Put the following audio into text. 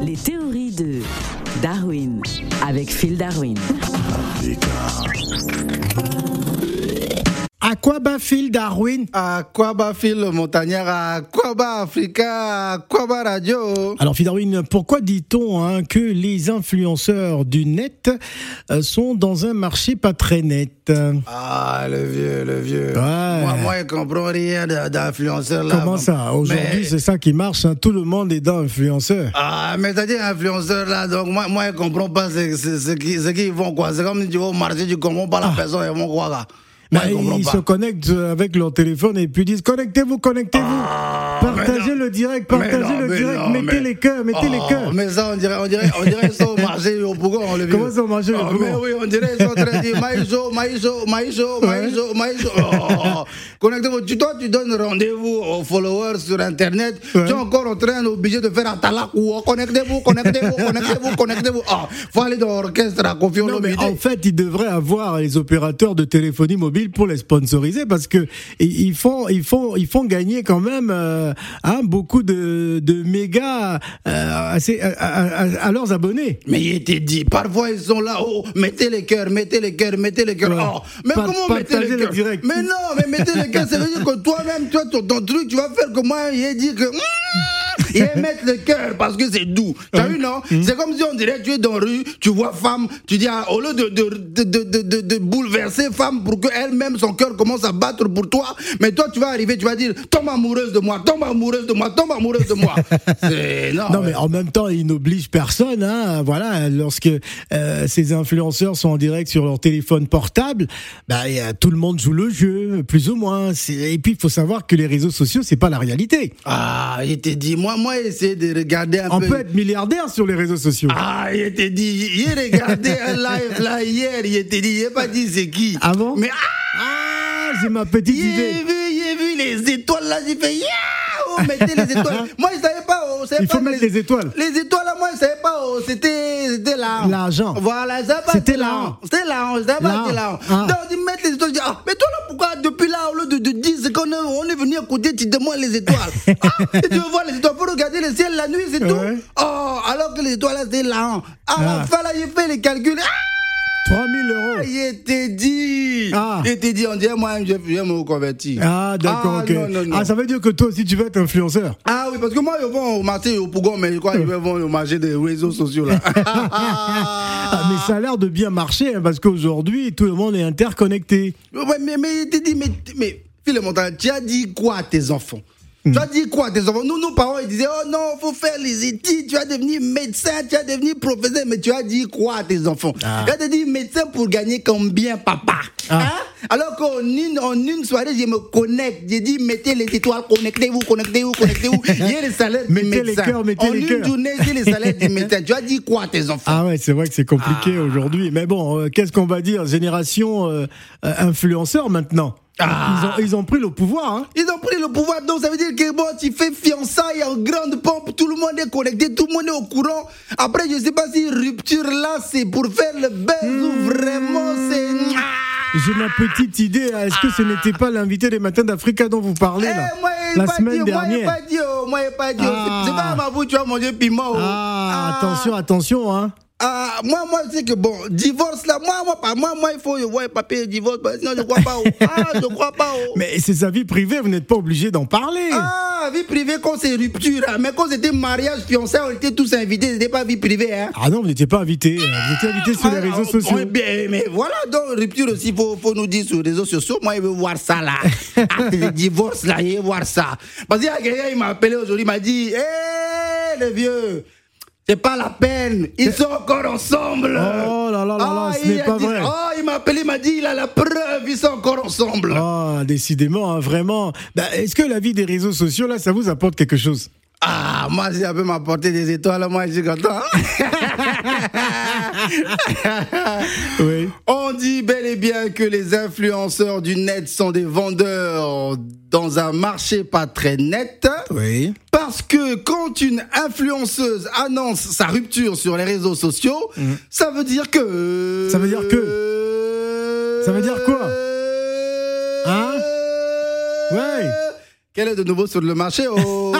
Les théories de Darwin avec Phil Darwin. À quoi bat Phil Darwin À quoi bas Phil le montagnard À quoi bas Africa À quoi bas Radio Alors Phil Darwin, pourquoi dit-on hein, que les influenceurs du net euh, sont dans un marché pas très net Ah, le vieux, le vieux. Ouais. Moi, moi, je comprends rien de- d'influenceur là. Comment ça Aujourd'hui, bah, Mais- c'est ça qui marche. hein, Tout le monde est dans influenceur. Ah, mais t'as dit influenceur là, donc moi, moi je comprends pas ce, ce, ce qui- ce qu'ils font quoi. C'est comme si tu vas au marché, tu comprends pas la personne, ils vont quoi Ah. là. Moi, Mais Bah, je comprends ils pas. se connectent euh, avec leur téléphone et puis disent connectez-vous, connectez-vous. Partagez Ah, mais non. le direct, Mais partagez non, le mais direct, non, mettez mais- les cœurs, mettez les Oh, cœurs. Mais ça, on dirait, on dirait, on dirait, ils sont au marché au Bougon, le vieux. Comment ça, au marché au Oh, Bougon Mais oui, on dirait, ils sont en train de dire maïso, maïso, maïso, maïso, maïso. Oh, Connectez-vous. Tu, toi, tu donnes rendez-vous aux followers sur Internet. Ouais. Tu es encore en train obligé de faire un talak ou oh, connectez-vous, connectez-vous, connectez-vous, connectez-vous. Ah, faut aller dans l'orchestre à confier Non, mais l'objet. en fait, ils devraient avoir les opérateurs de téléphonie mobile pour les sponsoriser parce que i- ils font, ils font, ils font gagner quand même euh, hein, beaucoup de, de mégas euh, assez- à, à- à- à leurs abonnés. Mais il était dit, parfois ils sont là, oh, mettez les cœurs, mettez les cœurs, mettez les cœurs. Ouais. Oh, mais Par- comment mettez partagez les le cœurs direct. Mais non, mais mettez les cœurs, ça veut dire que toi-même, toi, ton, ton truc, tu vas faire que moi, il est dit que. mm, Il est mettre le cœur parce que c'est doux. T'as vu, non Mm. C'est comme si on dirait tu es dans la rue, tu vois femme, tu dis, ah, au lieu de, de, de, de, de, de- de bouleverser femme pour qu'elle-même, son cœur commence à battre pour toi, mais toi, tu vas arriver, tu vas dire, tombe amoureuse de moi, tombe amoureuse de moi, tombe amoureuse de moi. C'est. Non, Non mais en même temps ils n'obligent personne, hein, voilà. Lorsque euh, ces influenceurs sont en direct sur leur téléphone portable, bah, y a- tout le monde joue le jeu, plus ou moins. C'est- Et puis il faut savoir que les réseaux sociaux c'est pas la réalité. Ah, il t'a dit, moi, moi, essayer de regarder un On peu. peut être milliardaire sur les réseaux sociaux. Ah, il t'a dit, il regardait un live là hier, il t'a dit, il n'a pas dit c'est qui. Ah bon Mais ah, Ah, j'ai ma petite il idée. a vu, il a vu les étoiles là, j'ai fait, yeah, oh, mettez les étoiles. moi, je savais pas, oh, je savais Il faut pas que mettre les étoiles. Les étoiles là, moi, je savais pas, oh, c'était, c'était là. L'argent. Voilà, je savais pas. C'était que l'argent. C'était là, je savais pas, que c'était là. L'argent. Ah. Donc, il met les étoiles, je dis, ah, mais toi là, pourquoi depuis là, au lieu de, de 10 secondes, on est venu écouter, tu demandes les étoiles. ah, et tu veux voir les étoiles, pour regarder le ciel la nuit, c'est tout. Ouais. Oh, alors que les étoiles là, c'est là. hein. À Ah. la fin là, j'ai fait les calculs. Ah, 3000 euros. il était dit. Ah. Il était dit, on dirait moi-même, je je me reconvertis. Ah, d'accord, Ah, ok. non, non, non. Ah, ça veut dire que toi aussi tu veux être influenceur. Ah oui, parce que moi, ils vont au marché au Pougon, mais je crois qu'ils vont au marché des réseaux sociaux là. Ah, mais ça a l'air de bien marcher hein, parce qu'aujourd'hui tout le monde est interconnecté. Ouais, mais, mais il te dit, mais, mais Phil Montagne, tu as dit quoi à tes enfants Tu as Hmm. dit quoi à tes enfants Nous, nos parents, ils disaient, oh non, faut faire les études, tu vas devenir médecin, tu vas devenir professeur, mais tu as dit quoi à tes enfants Ah. Tu as dit médecin pour gagner combien, papa Ah. Hein alors qu'en une, en une soirée, je me connecte. J'ai dit, mettez les étoiles, connectez-vous, connectez-vous, connectez-vous. Il y a les salaires du Mettez les médecin. cœurs, mettez en les une cœurs. journée, c'est les salaires du médecin. Tu as dit quoi à tes enfants Ah ouais, c'est vrai que c'est compliqué Ah. aujourd'hui. Mais bon, euh, qu'est-ce qu'on va dire Génération euh, euh, influenceur maintenant. Ah. Ils, ont, ils ont pris le pouvoir. hein. Ils ont pris le pouvoir, donc ça veut dire que bon, tu fais fiançailles en grande pompe, tout le monde est connecté, tout le monde est au courant. Après, je sais pas si rupture là, c'est pour faire le buzz Hmm. ou vraiment c'est. Ah. J'ai ma petite idée. Est-ce que ce n'était pas l'invité des matins d'Africa dont vous parlez Eh, là, moi, j'ai la pas semaine dit, moi, j'ai dernière pas dit, oh, moi, j'ai pas dit, oh, Ah. c'est c'est pas à ma bouche, tu vas manger piment. oh. Ah, attention, attention. Hein. Ah, moi, moi, je sais que bon, divorce là, moi, moi, pas, moi, moi, il faut, ouais, papier, divorce, bah, sinon je crois pas, oh. Ah, je crois pas, oh. Mais c'est sa vie privée. Vous n'êtes pas obligé d'en parler. Ah, vie privée, quand c'est rupture, hein. mais quand c'était mariage, fiançailles, on était tous invités, c'était pas vie privée. Hein. Ah non, vous n'étiez pas invité. euh, Vous étiez invité sur les Ah, réseaux on- sociaux. on- bien, mais voilà, donc rupture aussi, faut, faut nous dire sur les réseaux sociaux, moi je veux voir ça là. Acte de divorce là, je veux voir ça. Parce qu'il y a quelqu'un, il m'a appelé aujourd'hui, il m'a dit, hé le vieux, c'est pas la peine, ils sont encore ensemble. Oh là là là là, Ah, ce n'est il a pas dit- vrai. Oh, il m'a appelé, il m'a dit, il a la preuve, ils sont encore ensemble. Ah, décidément, hein, vraiment. Bah, Est-ce que la vie des réseaux sociaux, là, ça vous apporte quelque chose Ah, moi, si ça peut m'apporter des étoiles, moi, je suis content. hein. Oui. On dit bel et bien que les influenceurs du net sont des vendeurs dans un marché pas très net. Oui. Parce que quand une influenceuse annonce sa rupture sur les réseaux sociaux, ça veut dire que... Mhm. Ça veut dire Ça veut dire quoi Hein Hein Ouais. Qu'elle est de nouveau sur le marché oh. Ah,